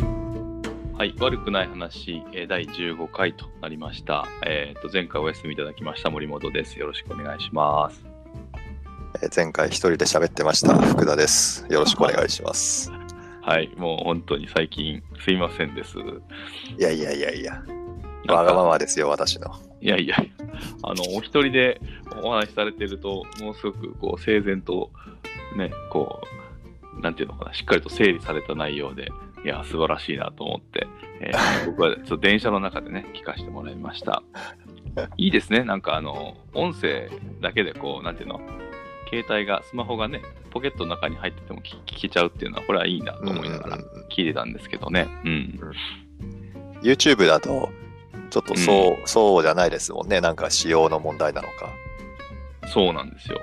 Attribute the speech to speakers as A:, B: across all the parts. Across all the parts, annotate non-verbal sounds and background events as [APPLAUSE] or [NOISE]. A: はい、悪くない話、えー第15回となりました。えっ、と、前回お休みいただきました森本です。よろしくお願いします。
B: えー前回一人で喋ってました福田です。よろしくお願いします。
A: はい、もう本当に最近すいませんです。
B: いやいやいやいや、
A: な
B: わ
A: ん
B: が
A: か
B: ままですよ、私の。
A: いやいや、あの、お一人でお話しされてると、ものすごくこう、整然と、ね、こう、なんていうのかな、しっかりと整理された内容で、いや、素晴らしいなと思って、えー僕はちょっと電車の中でね、聞かせてもらいました。いいですね、なんかあの、音声だけでこう、なんていうの、携帯が、スマホがね、ポケットの中に入ってても聞聞けちゃうっていうのは、これはいいなと思いながら
B: うんうんうん
A: 聞いてたんですけどね。うん。
B: YouTube だと、ちょっとそう、そうじゃないですもんね。なんか仕様の問題なのか。
A: そうなんですよ。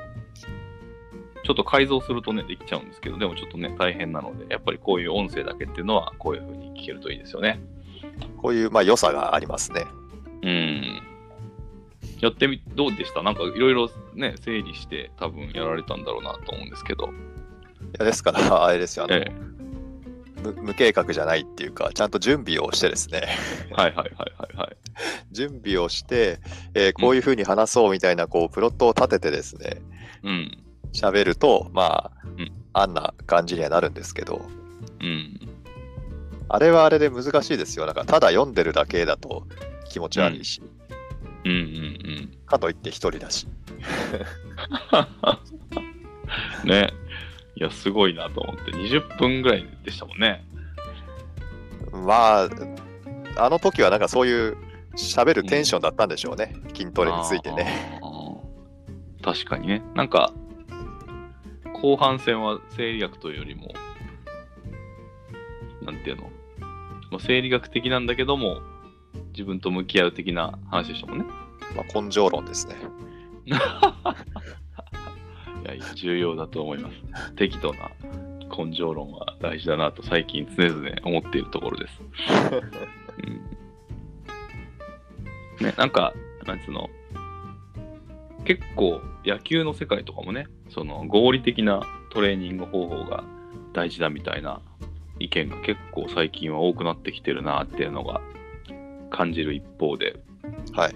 A: ちょっと改造するとね、できちゃうんですけど、でもちょっとね、大変なので、やっぱりこういう音声だけっていうのは、こういう風に聞けるといいですよね。
B: こういう、まあ、良さがありますね。
A: うん。やってみ、どうでしたなんかいろいろね、整理して、多分やられたんだろうなと思うんですけど。
B: いやですから、あれですよあの、
A: え
B: 無、無計画じゃないっていうか、ちゃんと準備をしてですね、
A: え。はいはいはいはいはい。
B: 準備をして、えーこういうふうに話そうみたいな、こう、プロットを立ててですね、
A: うん。
B: 喋ると、まあ、
A: ん
B: あんな感じにはなるんですけど、
A: うん。
B: あれはあれで難しいですよ。なんかただ読んでるだけだと気持ち悪いし、
A: うんうんうん
B: かといって一人だし。。
A: ね。いや、すごいなと思って、20分ぐらいでしたもんね。
B: まあ、あの時はなんかそういう喋るテンションだったんでしょうね。筋トレについてね。
A: あー。確かにね。なんか、後半戦は生理学というよりも、なんていうの、まあ、生理学的なんだけども、自分と向き合う的な話でしたもんね。
B: まあ、根性論ですね。
A: いやいや、重要だと思います。適度な根性論は大事だなと最近常々思っているところです。うん、ね、なんか、なんつうの、結構野球の世界とかもね、その合理的なトレーニング方法が大事だみたいな意見が結構最近は多くなってきてるなっていうのが感じる一方で、
B: はい。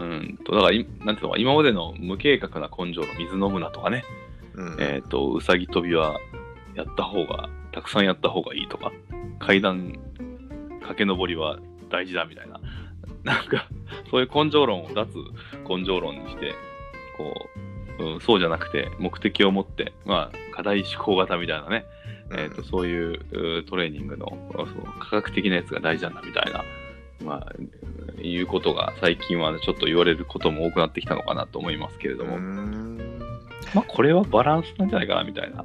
A: うんと、だからい、なんていうのか、今までの無計画な根性の水飲むなとかね、
B: うん
A: えっ、と、うさぎ跳びはやった方が、たくさんやった方がいいとか、階段駆け上りは大事だみたいな、 [LAUGHS] なんか、そういう根性論を脱根性論にして、こう、うん、そうじゃなくて、目的を持って、まあ、課題思考型みたいなね、
B: うん
A: えー、とそういううートレーニングのそう科学的なやつが大事なんだみたいな、まあ、いうことが最近はねちょっと言われることも多くなってきたのかなと思いますけれど
B: う
A: も、
B: ん
A: まあ、これはバランスなんじゃないかなみたいな。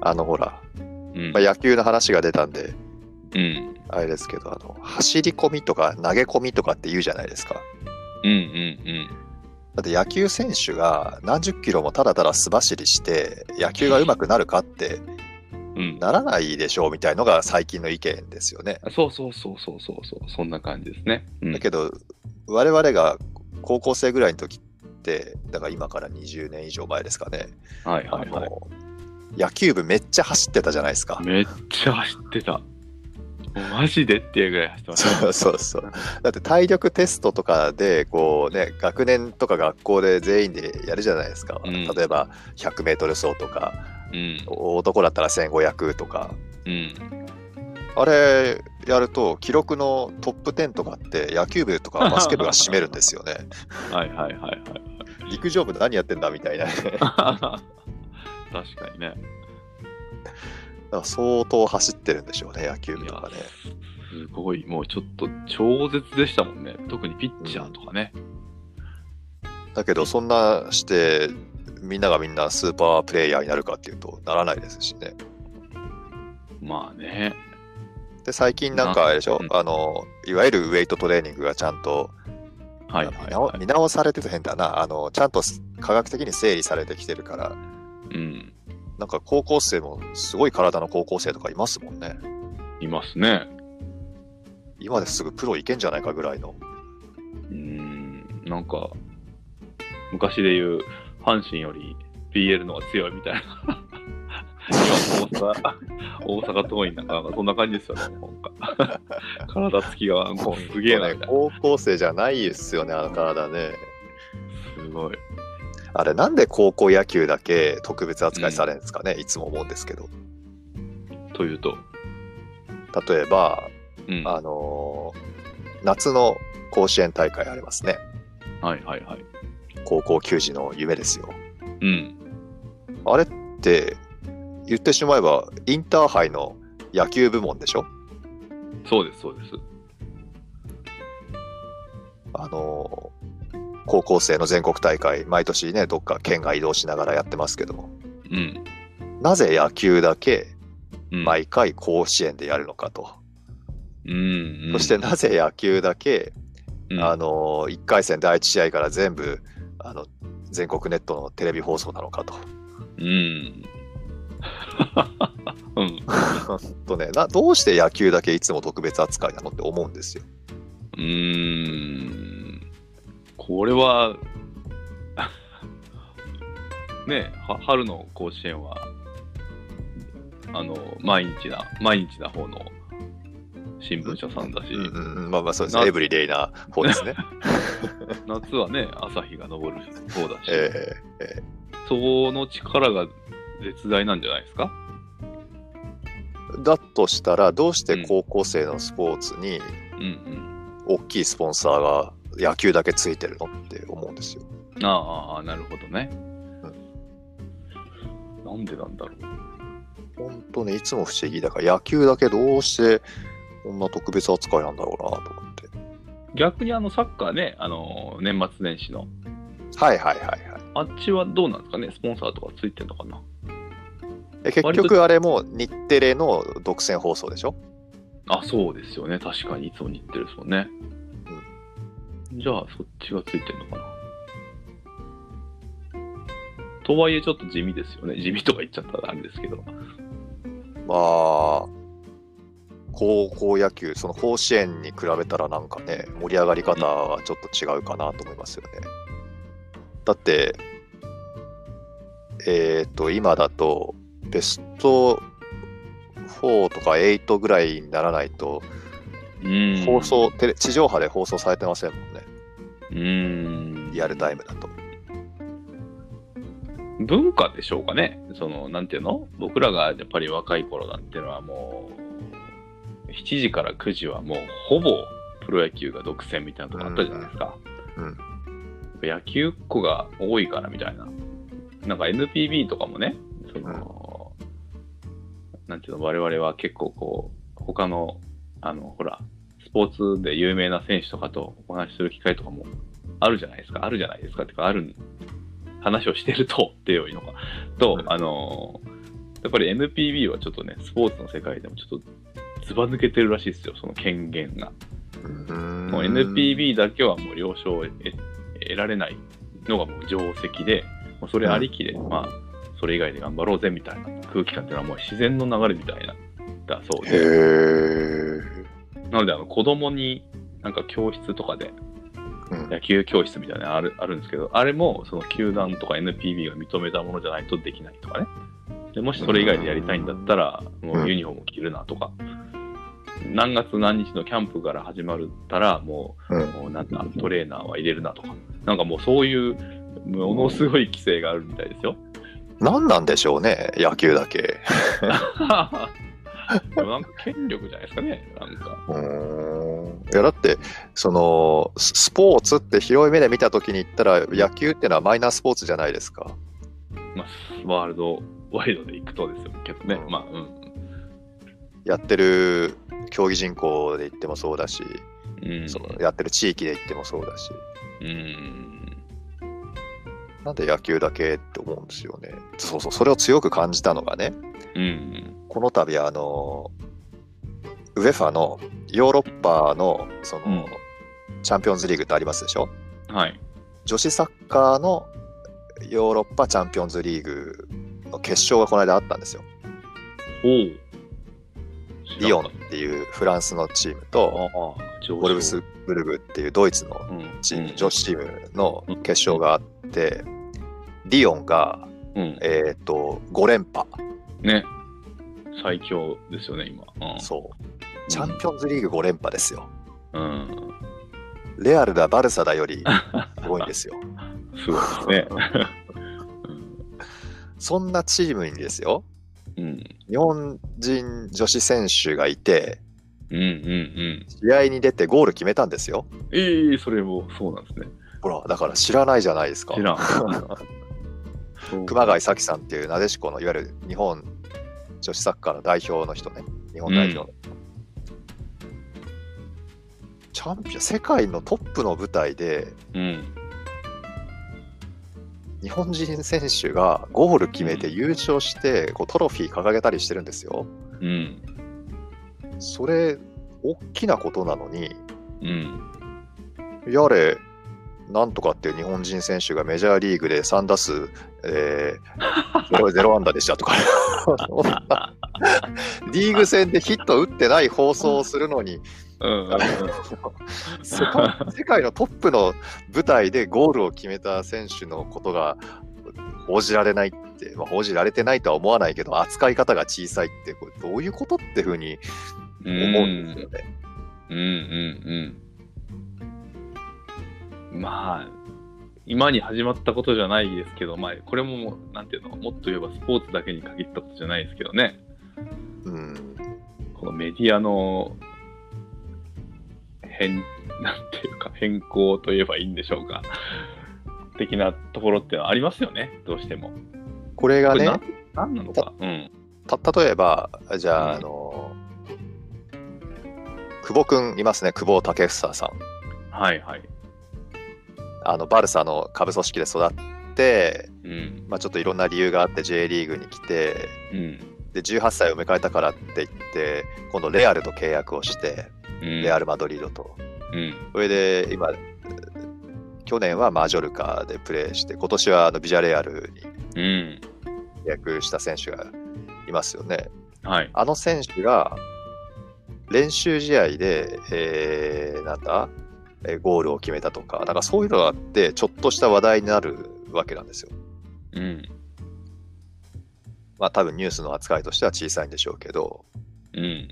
B: あのほら、
A: うん
B: まあ、野球の話が出たんで、
A: うん
B: あれですけど、あの走り込みとか投げ込みとかって言うじゃないですか。
A: うんうん
B: だって野球選手が何十キロもただただ素走りして野球が上手くなるかって
A: うんうん
B: ならないでしょうみたいのが最近の意見ですよね。
A: あそうそうそうそうそうそうそんな感じですね。うん
B: だけど我々が高校生ぐらいの時ってだから今から20年以上前ですかね、
A: はいはいは
B: あ
A: い。
B: の野球部めっちゃ走ってたじゃないですか。
A: めっちゃ走ってた。もうマジでっていうぐらい走ってました。
B: [LAUGHS] そうそうそうだって体力テストとかでこうね学年とか学校で全員でやるじゃないですか、
A: うん
B: 例えば 100m 走とか
A: うん
B: 男だったら1500とか
A: うん
B: あれやると記録のトップ10とかって野球部とかバスケ部が占めるんですよね。
A: はいはいはい [LAUGHS] はい。
B: 陸上部何やってんだみ
A: [LAUGHS]
B: たいな。だか
A: 確かにね。
B: ら相当走ってるんでしょうね、野球部とかね。
A: すごい、もうちょっと超絶でしたもんね。特にピッチャーとかね。
B: だけどそんなしてみんながみんなスーパープレイヤーになるかっていうとならないですしね。
A: まあね。
B: で最近なんかあれでしょ、
A: うん
B: あのいわゆるウェイトトレーニングがちゃんと
A: はい
B: あ
A: はい、
B: の見直
A: はい。
B: 見直されてると変だなあのちゃんと科学的に整理されてきてるから
A: うん。
B: なんか高校生もすごい体の高校生とかいますもんね。
A: いますね。
B: 今ですぐプロ行けんじゃないかぐらいの。
A: うーん。なんか、昔で言う、阪神より BL の方が強いみたいな今、大阪、大阪桐蔭なんか、そんな感じですよね。なん
B: [LAUGHS]
A: か体つきが、もうすげえな、
B: ね
A: みたいな。
B: 高校生じゃないですよね、あの体ね。
A: すごい。
B: あれ、なんで高校野球だけ特別扱いされるんですかね、いつも思うんですけど。
A: というと、
B: 例えば、
A: うん。は
B: あのー夏の甲子園大会ありますね。
A: いはいはい。
B: 高校球児の夢ですよ。
A: うん。
B: あれって、言ってしまえば、インターハイの野球部門でしょ
A: そうです、そうです。
B: あのー高校生の全国大会、毎年ね、どっか県が移動しながらやってますけども、
A: うん。
B: なぜ野球だけ
A: うん。
B: 毎回甲子園でやるのかと、
A: うん、うん。
B: そしてなぜ野球だけ、
A: うん、
B: あの1回戦第1試合から全部あの全国ネットのテレビ放送なのかと。
A: うん。うん。
B: とねなどうして野球だけいつも特別扱いなのって思うんですよ。
A: うーんこれは [LAUGHS] ねえは春の甲子園はあの毎日な毎日な方の新聞社さんだし、
B: うんうん、まあまあそうです
A: な
B: ね。エブリデイな方で
A: [LAUGHS]
B: すね。
A: 夏はね朝日が昇る方だし、
B: え
A: その力が絶大なんじゃないですか
B: ーだとしたらどうして高校生のスポーツに
A: うん
B: 大きいスポンサーが野球だけついてるのって思うんですよ。
A: うんああああなるほどね、なんでなんだろう
B: 本当ねいつも不思議だから野球だけどうしてこんな特別扱いなんだろうなと思って。
A: 逆にあのサッカーねあの年末年始の
B: はいはいはいはい。
A: あっちはどうなんですかねスポンサーとかついてんのかな
B: え結
A: 割
B: 局あれも日テレの独占放送でしょ
A: あ、そうですよね。確かにいつも似てるですもんね。じゃあ、そっちがついてるのかな。とはいえ、ちょっと地味ですよね。地味とか言っちゃったらあれですけど。
B: まあ高校野球その甲子園に比べたらなんかね盛り上がり方はちょっと違うかなと思いますよねだってえっ、と今だとベスト4とか8ぐらいにならないと
A: うん
B: 放送、テレ地上波で放送されてませんもんね
A: うん。
B: リアルタイムだと
A: 文化でしょうかね。その、なんていうの僕らがやっぱり若い頃なんてのはもう、7時から9時はもうほぼプロ野球が独占みたいなとこあったじゃないですか。
B: うんうん
A: 野球っ子が多いからみたいな。なんか NPB とかもね、その、なんていうの、我々は結構こう、他の、あの、ほら、スポーツで有名な選手とかとお話しする機会とかもあるじゃないですか、あるじゃないですかってか、あるん、話をしてるとっていう [LAUGHS] のか、と
B: う、ん
A: あのーやっぱり NPB はちょっとね、スポーツの世界でもちょっとずば抜けてるらしいですよ、その権限が。もう NPB だけはもう了承を得得られないのがもう定石で、もうそれありきで、まあ、それ以外で頑張ろうぜみたいな空気感っていうのはもう自然の流れみたいな、だそう
B: へ
A: で。
B: え
A: なのであの子供になんか教室とかで
B: うん
A: 野球教室みたいなのあるあるんですけどあれもその球団とか NPB が認めたものじゃないとできないとかねでもしそれ以外でやりたいんだったらもうユニフォーム着るなとか何月何日のキャンプから始まるったらもう,、
B: うん
A: もうなんだトレーナーは入れるなとかなんかもうそういうものすごい規制があるみたいですよ
B: 何なんでしょうね野球だけ
A: でもなんか権力じゃないですかねなんか
B: うーんいやだってそのススポーツって広い目で見た時に言ったら野球ってのはマイナースポーツじゃないですか
A: まあ、ワールドワイドでいくとですよ、けどね。
B: うん
A: まあ、うん。
B: やってる競技人口で言ってもそうだし、
A: うん。
B: そのやってる地域で言ってもそうだし
A: うん。
B: なんで野球だけって思うんですよねそうそうそれを強く感じたのがね
A: うん。
B: この度あのウェファのヨーロッパのその、チャンピオンズリーグってありますでしょ
A: はい。
B: 女子サッカーのヨーロッパチャンピオンズリーグの決勝がこの間あったんですよ。
A: おう。
B: リオンっていうフランスのチームと、
A: ああ、上
B: ボルフスブルグっていうドイツの
A: うん。
B: チーム、女子チームの決勝があって、リオンが、
A: うん。
B: えっと5連覇
A: ね、最強ですよね、今。うん、
B: そう。チャンピオンズリーグ5連覇ですよ。
A: うん。
B: レアルだ、バルサだよりすごいんですよ。 [LAUGHS]
A: すごいですね。
B: そんなチームにですよ、
A: うん。
B: 日本人女子選手がいて、
A: うんうんうん。
B: 試合に出てゴール決めたんですよ。
A: ええそれもそうなんですね。
B: ほら、だから知らないじゃないですか
A: 知。ら
B: [LAUGHS]
A: ん。そう
B: 熊谷咲さんっていうなでしこのいわゆる日本女子サッカーの代表の人ね、日本代表の。チャンピオン、世界のトップの舞台で、
A: うん。
B: 日本人選手がゴール決めて優勝して、こうトロフィー掲げたりしてるんですよ。
A: うん。
B: それ、大きなことなのに、
A: うん。
B: やれ、なんとかっていう日本人選手がメジャーリーグで3打数、えー、0, 0安打でしたとか、リーグ戦でヒット打ってない放送をするのに、
A: うん。
B: [LAUGHS] 世界世界のトップの舞台でゴールを決めた選手のことが報じられないって、まあ、報じられてないとは思わないけど、扱い方が小さいって、これどういうことってふうに
A: う
B: 思うんですよね。
A: うんうんうん。まあ、今に始まったことじゃないですけど、まあ、これももう、なんていうの、もっと言えばスポーツだけに限ったことじゃないですけどね、
B: うん、
A: このメディアの変、なんていうか、変更といえばいいんでしょうか、的なところってのはありますよね、どうしても。
B: これが
A: これ
B: ね、
A: なんなんなのか。うん。
B: た例えば、じゃあ、
A: うん
B: あの、久保くんいますね、久保建英さん。
A: はいはい。
B: あのバルサの下部組織で育って、
A: うん。
B: まあ、ちょっといろんな理由があって J リーグに来て、
A: うん。
B: で18歳を迎えたからって言って、今度レアルと契約をして、
A: うん。
B: レアル・マドリードと。
A: うん。
B: それで今、去年はマジョルカでプレーして、今年はあのビジャレアル
A: うん。
B: に契約した選手がいますよね。
A: はい。
B: あの選手が練習試合で、えーなんだ、えーゴールを決めたとか、なんかそういうのがあって、ちょっとした話題になるわけなんですよ。
A: うん。
B: まあ多分ニュースの扱いとしては小さいんでしょうけど、
A: うん。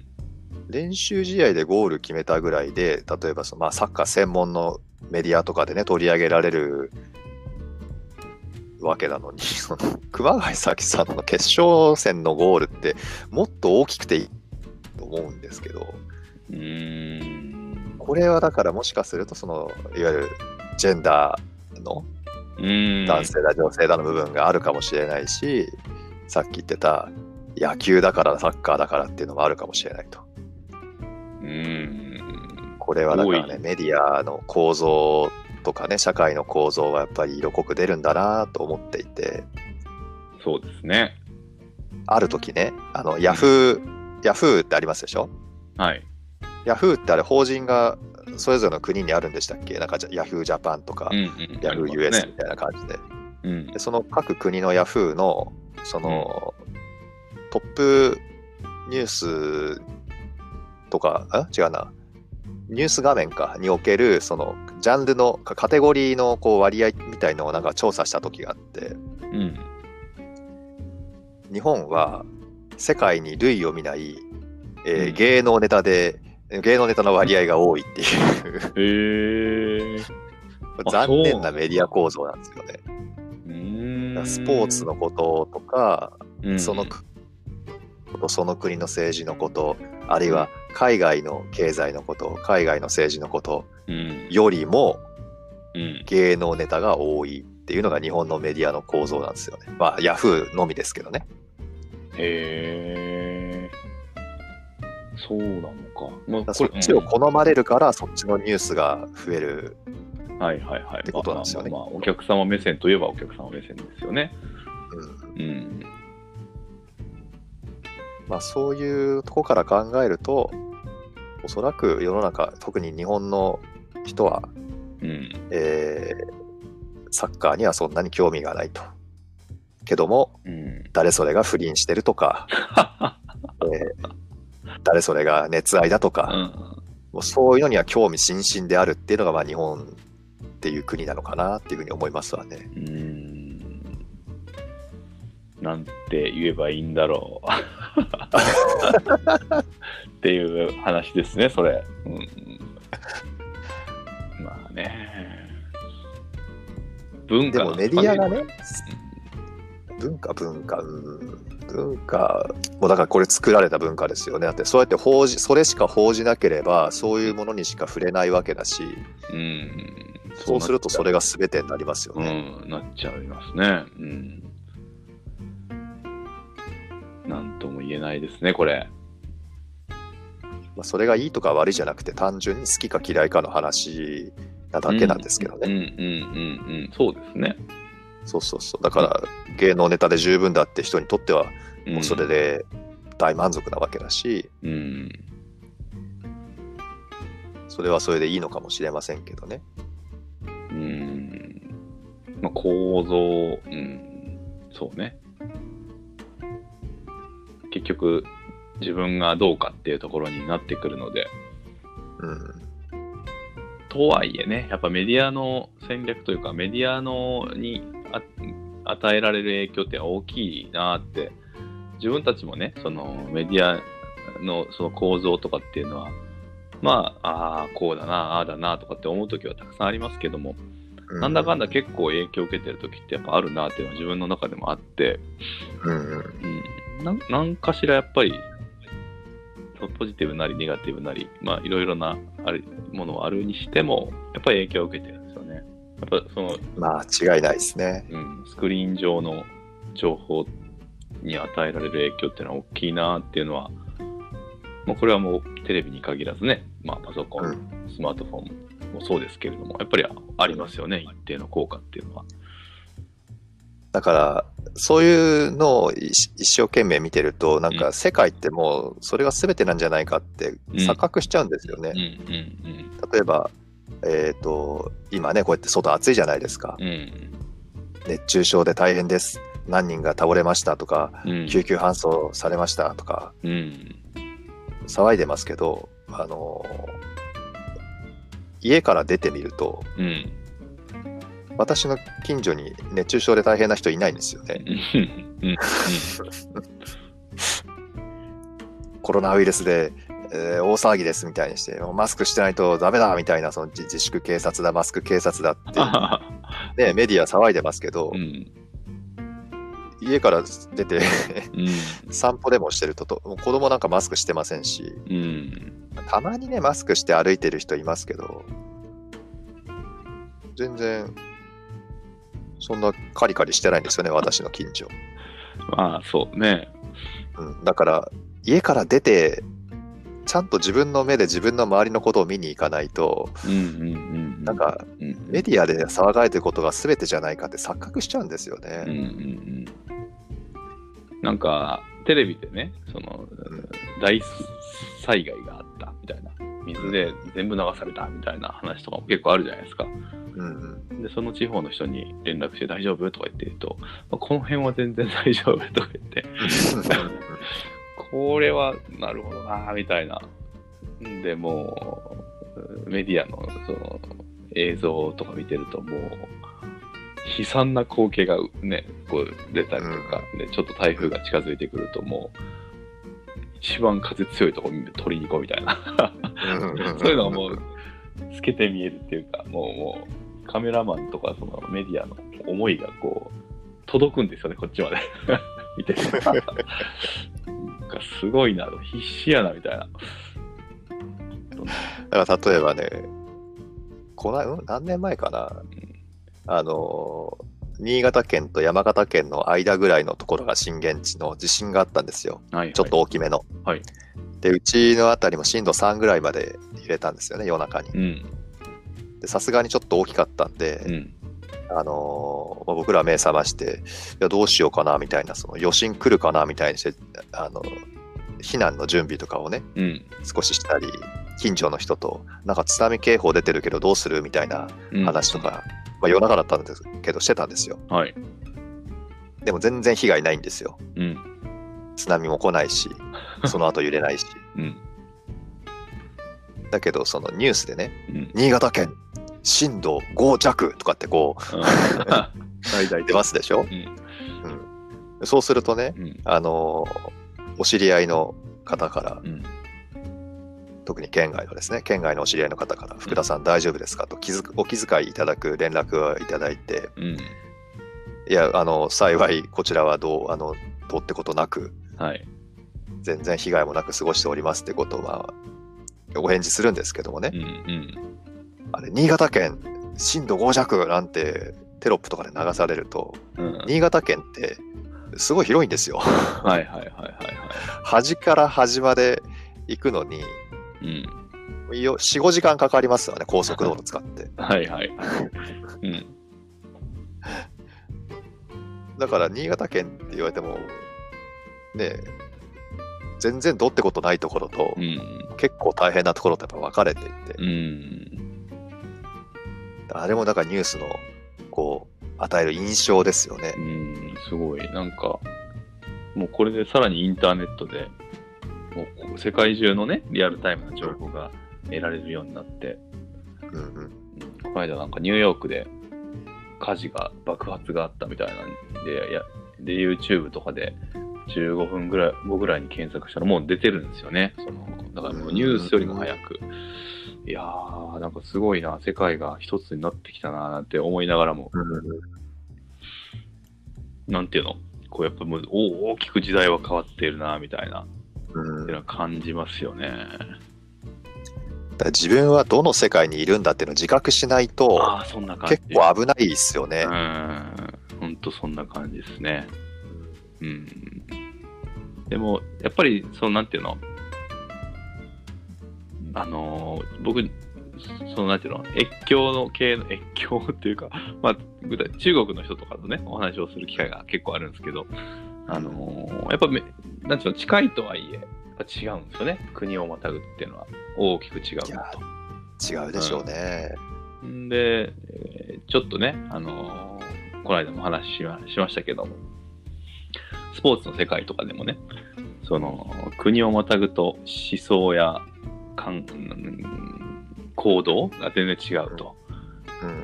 B: 練習試合でゴール決めたぐらいで、例えばその、まあ、サッカー専門のメディアとかでね、取り上げられるわけなのに、その熊谷咲さんの決勝戦のゴールって、もっと大きくていいと思うんですけど、
A: うーん。
B: これはだからもしかすると、その、いわゆるジェンダーの
A: うん。
B: 男性だ、女性だの部分があるかもしれないし、さっき言ってた野球だからサッカーだからっていうのもあるかもしれないと。
A: うん。
B: これはだから
A: 多
B: ね、メディアの構造とかね、社会の構造がやっぱり色濃く出るんだなと思っていて、
A: そうですね。
B: ある時ね、あの、ヤフー、ヤフーってありますでしょ
A: はい。
B: ヤフーってあれ法人がそれぞれの国にあるんでしたっけなんかじゃヤフージャパンとか、
A: うんうん。
B: ヤ
A: あ
B: フー
A: ります
B: US み
A: ね。
B: たいな感じで。
A: うん
B: で。その各国のヤフーのその、トップニュースとかあ違うなニュース画面かにおけるそのジャンルのかカテゴリーのこう割合みたいのをなんか調査した時があって
A: うん。
B: 日本は世界に類を見ない、えー
A: うん
B: 芸能ネタで芸能ネタの割合が多いっていう
A: へえ。あ
B: 残念なメディア構造なんですよね。
A: うーん。
B: スポーツのこととか
A: うん、
B: そのくその国の政治のこと、あるいは海外の経済のこと、海外の政治のこと
A: うん。
B: よりも
A: うん。
B: 芸能ネタが多いっていうのが日本のメディアの構造なんですよね。まあ、ヤフーのみですけどね。
A: へえ。そうなのか。まあ、
B: だからそっちを
A: こ
B: 好まれるから、そっちのニュースが増える。
A: れ、うんはいはいはい。
B: ってことなんですよね
A: まあまあまあ、お客様目線といえばお客様目線ですよね。
B: うん
A: うん。
B: まあ、そういうとこから考えると、おそらく世の中、特に日本の人は、
A: うん。
B: えーサッカーにはそんなに興味がないと。けども、
A: うん。
B: 誰それが不倫してると
A: [LAUGHS]
B: か、えー誰それが熱愛だと
A: う
B: か、
A: ん
B: もうそういうのには興味津々であるっていうのが、まあ、日本っていう国なのかなっていうふうに思いますわね。
A: うーんなんて言えばいいんだろ
B: [LAUGHS]
A: う。っていう話ですね、それ。うんうん、まあね。文
B: で
A: 化
B: も
A: なん
B: メ
A: す
B: デ
A: か
B: ィアがね、文化、文化、うん文化、もうだからこれ作られた文化ですよね。だってそうやって報じ、それしか報じなければ、そういうものにしか触れないわけだし、
A: うん。
B: そうするとそれ
A: が。
B: が全てになりますよ
A: う
B: ね。
A: ん、なっちゃいますね。うん。なんとも言えないですね、これ。
B: まあ、それがいいとか悪いじゃなくて、単純に好きか嫌いかの話なだけなんですけど
A: うん
B: ね。
A: うんうんうんうん、そうですね。
B: そうそうそう。だから、芸能ネタで十分だって人にとっては、
A: うん
B: もうそれで大満足なわけだし、
A: うん。
B: それはそれでいいのかもしれませんけどね。
A: うん。まあ、構造、うん、そうね。結局、自分がどうかっていうところになってくるので、
B: うん。
A: とはいえね、やっぱメディアの戦略というか、メディアのにあ与えられる影響って大きいなって、自分たちもね、そのメディアのその構造とかっていうのは、まあ、ああ、こうだな、ああだなとかって思うときはたくさんありますけども、
B: う
A: なんだかんだ結構影響受けてる時ってやっぱあるなっていうのは自分の中でもあって、
B: うんうん。
A: うん、なんなんかしらやっぱりポポジティブなりネガティブなり、まあ、いろいろなあるものはあるにしてもやっぱり影響を受けてるんですよね。やっぱその、
B: まあ違いないですね。
A: うん、スクリーン上の情報に与えられる影響っていうのは大きいなっていうのは、まあ、これはもうテレビに限らずね、まあ、パソコン、
B: う
A: スマートフォンもそうですけれどもやっぱりありますよね一定の効果っていうのは。
B: だから、そういうのを一一生懸命見てると、なんか世界ってもうそれが全てなんじゃないかって錯覚しちゃうんですよ
A: うん
B: ね。
A: うんうん
B: 例えば、えっ、と、今ね、こうやって外暑いじゃないですか。
A: うん
B: 熱中症で大変です。何人が倒れましたとか、
A: うん
B: 救急搬送されましたとか、
A: うん
B: 騒いでますけど、あのー家から出てみると、
A: うん
B: 私の近所に熱中症で大変な人いないんですよね。
A: うん
B: コロナウイルスで、えー大騒ぎですみたいにして、もうマスクしてないとダメだみたいな、その自自粛警察だ、マスク警察だっ
A: あ
B: て、ね、メディア騒いでますけど、
A: うん
B: 家から出て
A: うん
B: 散歩でもしてるとと、もう子供なんかマスクしてませんし、
A: うん
B: たまにね、マスクして歩いてる人いますけど、全然、そんなカリカリしてないんですよね、私の近所。
A: まあそうね
B: うん、だから、家から出て、ちゃんと自分の目で自分の周りのことを見に行かないと、
A: うんうんうん
B: なんか、
A: うん
B: メディアで騒がれてることが全てじゃないかって錯覚しちゃうんですよね。
A: うんうんうんなんかテレビでねその
B: ん
A: 大災害があったみたいな水で全部流されたみたいな話とかも結構あるじゃないですか
B: うんうん
A: でその地方の人に連絡して大丈夫とか言ってると、まあこの辺は全然大丈夫とか言ってこれはなるほどなみたいな。でもうメディアのその映像とか見てるともう悲惨な光景がねこう出たりとか、でちょっと台風が近づいてくるともう一番風強いとこ取りに行こうみたいな [LAUGHS] そういうのがもう透けて見えるっていうかもうもうカメラマンとかそのメディアの思いがこう届くんですよねこっちまで見てるから。なんかすごいな、必死やな、みたいな。
B: だから例えばね、こなうん何年前かな、あのー新潟県と山形県の間ぐらいのところが震源地の地震があったんですよ、
A: はい、
B: ちょっと。大きめの。
A: はい
B: でうちの辺りも震度3ぐらいまで揺れたんですよね、夜中に
A: う。ん、
B: でさすがにちょっと大きかったんで、
A: うん、
B: あのーまあ僕ら目覚まして、いやどうしようかなみたいな、その余震来るかなみたいにして、あの避難の準備とかをね、
A: うん、
B: 少ししたり、近所の人と、なんか津波警報出てるけどどうするみたいな
A: うん。
B: 話とか、まあ、夜中だったんですけど、してたんですよ。
A: はい。
B: でも全然被害ないんですよ。
A: うん、
B: 津波も来ない
A: [LAUGHS]
B: し、その後揺れないし。
A: うん、
B: だけど、そのニュースでね、
A: うん。
B: 新潟県、震度5弱とかってこう、
A: 大体
B: 出ますでしょ
A: うん、
B: うんそうするとね、
A: うん。
B: あのーお知り合いの方から、
A: うん。
B: 特に県外のですね、県外のお知り合いの方から、福田さん大丈夫ですかと気づくお気遣いいただく連絡をいただいて、
A: うん。
B: いや、あの、幸い、こちらはどう、あの、どうってことなく、
A: はい。
B: 全然被害もなく過ごしておりますってことは、お返事するんですけどもね、
A: うん。うん。
B: あれ、新潟県、震度5弱なんてテロップとかで流されると、
A: うん、
B: 新潟県って、すごい広いんですよ。 [LAUGHS]
A: はいはいはいはい
B: 端から端まで行くのに、
A: はい。うん。
B: よ4、5時間かかりますよね、高速道路
A: [LAUGHS]
B: 使って。
A: はいはいはい。うん。
B: だから、新潟県って言われても、ねえ、全然どうってことないところと
A: う、ん。
B: 結構大変なところとやっぱ分かれていて、
A: うん。
B: あれもだからニュースの、こう、与える印象ですよね
A: う。ん。すごい。なんか、もうこれでさらにインターネットで、もうこう世界中のね、リアルタイムな情報が得られるようになって、
B: うんうん。
A: うんこの間なんかニューヨークで火事が爆発があったみたいなんでやで YouTube とかで15分ぐらい後ぐらいに検索したらもう出てるんですよねそのだからもうニュースよりも早くいやーなんかすごいな世界が一つになってきたなーなんて思いながらもなんていうのこうやっぱもうお大きく時代は変わっているなーみたいな
B: うん
A: っていうのは感じますよね
B: だから自分はどの世界にいるんだっていうのを自覚しないと
A: ああそんな感じ
B: 結構危ないですよね
A: う。んほんとそんな感じですねうんでも、やっぱり、その、なんていうのあのー僕、その、なんていうの越境の系の、越境っていうか、 [LAUGHS] まあ、具体、中国の人とかとね、お話をする機会が結構あるんですけど、あのーやっぱめ、なんていうの、近いとはいえ、やっぱ違うんですよね。国をまたぐっていうのは、大きく違う
B: い
A: な
B: や
A: と。
B: 違うでしょうね。
A: んで、えーちょっとね、あのーこの間も話しましましたけども、スポーツの世界とかでもね、その、国をまたぐと思想や感うん行動が全然違うと、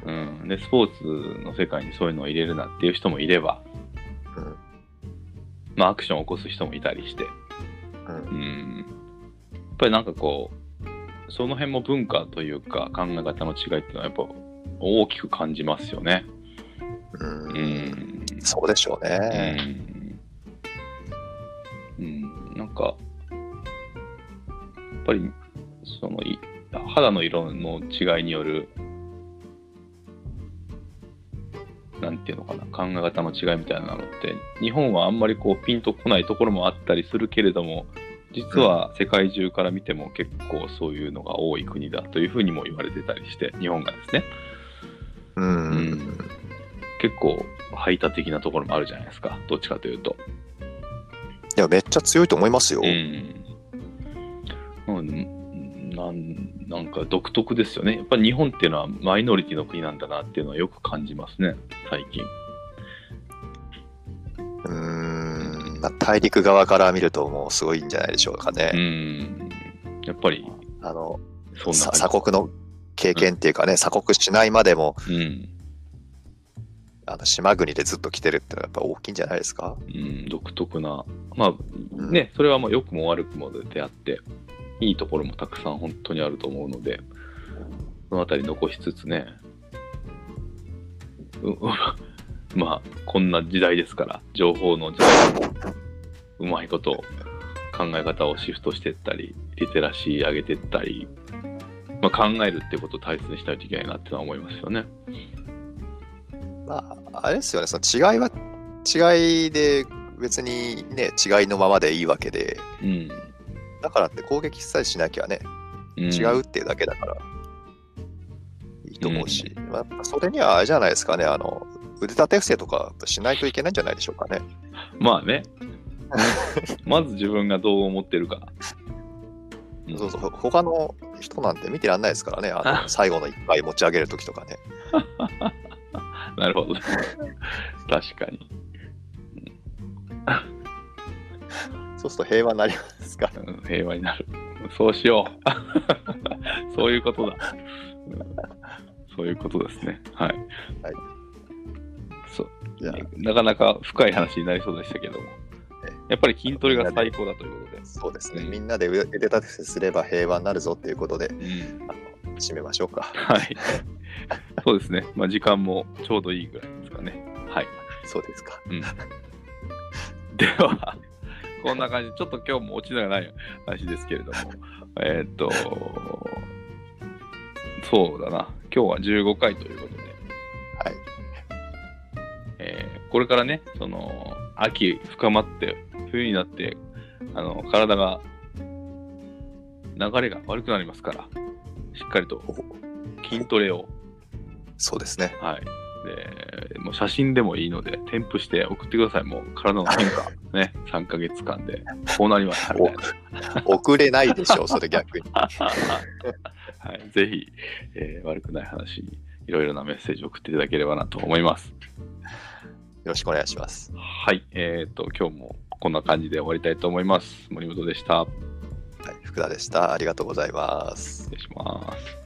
B: うん
A: うん。で、スポーツの世界にそういうのを入れるなっていう人もいれば、
B: うん
A: まあ、アクションを起こす人もいたりして、
B: う
A: うんん、やっぱりなんかこうその辺も文化というか考え方の違いっていうのはやっぱ大きく感じますよね。
B: うん
A: う
B: うん
A: ん。
B: そうでしょうね。
A: うん、うんなんかやっぱりそのい肌の色の違いによるなんていうのかな考え方の違いみたいなのって日本はあんまりこうピンとこないところもあったりするけれども実は世界中から見ても結構そういうのが多い国だというふうにも言われてたりして日本がですね
B: うん
A: うん結構排他的なところもあるじゃないですかどっちかというと。
B: いやめっちゃ強いと思いますよ。
A: うん。うん、なんなんか独特ですよね。やっぱり日本っていうのはマイノリティの国なんだなっていうのはよく感じますね、最近。
B: うんまあ大陸側から見るともうすごいんじゃないでしょうか
A: う
B: ね。
A: ん。やっぱり、
B: あの
A: そんな
B: さ
A: 感じ
B: 鎖国の経験っていうかね鎖国しないまでも
A: うん。
B: あの島国でずっと来てるってのはやっぱ大きいんじゃないですか。
A: うん、独特な。まあ、ね、それはまあ良くも悪くもであって、いいところもたくさん本当にあると思うので、そのあたり残しつつね、う [LAUGHS] まあ、こんな時代ですから、情報の時代もうまいこと考え方をシフトしていったり、リテラシー上げていったり、まあ、考えるってことを大切にしないといけないなってのは思いますよね。
B: まあ、あれですよね、その違いは違いで、別にね、違いのままでいいわけで、
A: うん。
B: だからって攻撃さえしなきゃね、
A: ん
B: 違うっていうだけだから、いいと思うし、まあ、やっぱそれにはあれじゃないですかね、あの、腕立て伏せとかしないといけないんじゃないでしょうかね。
A: まあ
B: [LAUGHS]
A: ね。まず自分がどう思ってるか。ん
B: そうそう、ほ他の人なんて見てらんないですからね、あの最後の一回持ち上げるときとかね。
A: なるほ [LAUGHS] ど。確かに。
B: そうすると平和になりますから。
A: うん平和になる。そうしよう。 [LAUGHS] そういうことだ。うんそういうことですね。はい。
B: はい
A: そう
B: じゃあ
A: なかなか深い話になりそうでしたけども、やっぱり筋トレが最高だということで、
B: そうですね、
A: うん
B: みんなで腕立てすれば平和になるぞっていうことで、
A: うん、
B: あの締めましょうか。
A: はい。そうですね、まあ、時間もちょうどいいぐらいですかね。はい、
B: そうですか。
A: では、こんな感じ、ちょっと今日も落ちのがない話ですけれども、えーっと、そうだな、今日は15回ということで、
B: はい。
A: えーこれからね、その秋深まって、冬になって、あの体が流れが悪くなりますから、しっかりと
B: お
A: 筋トレを、
B: そうですね。
A: はい。でもう写真でもいいので、添付して送ってください。もう体の変化、ね、3ヶ月間で、こうなりましたみたいな。
B: 遅れないでしょう、それ逆に。
A: はい、ぜひ、えー悪くない話にいろいろなメッセージを送っていただければなと思います。
B: よろしくお願いします。
A: はい、えっ、と、今日もこんな感じで終わりたいと思います。森本でした。
B: はい、福田でした。ありがとうございます。
A: 失礼します。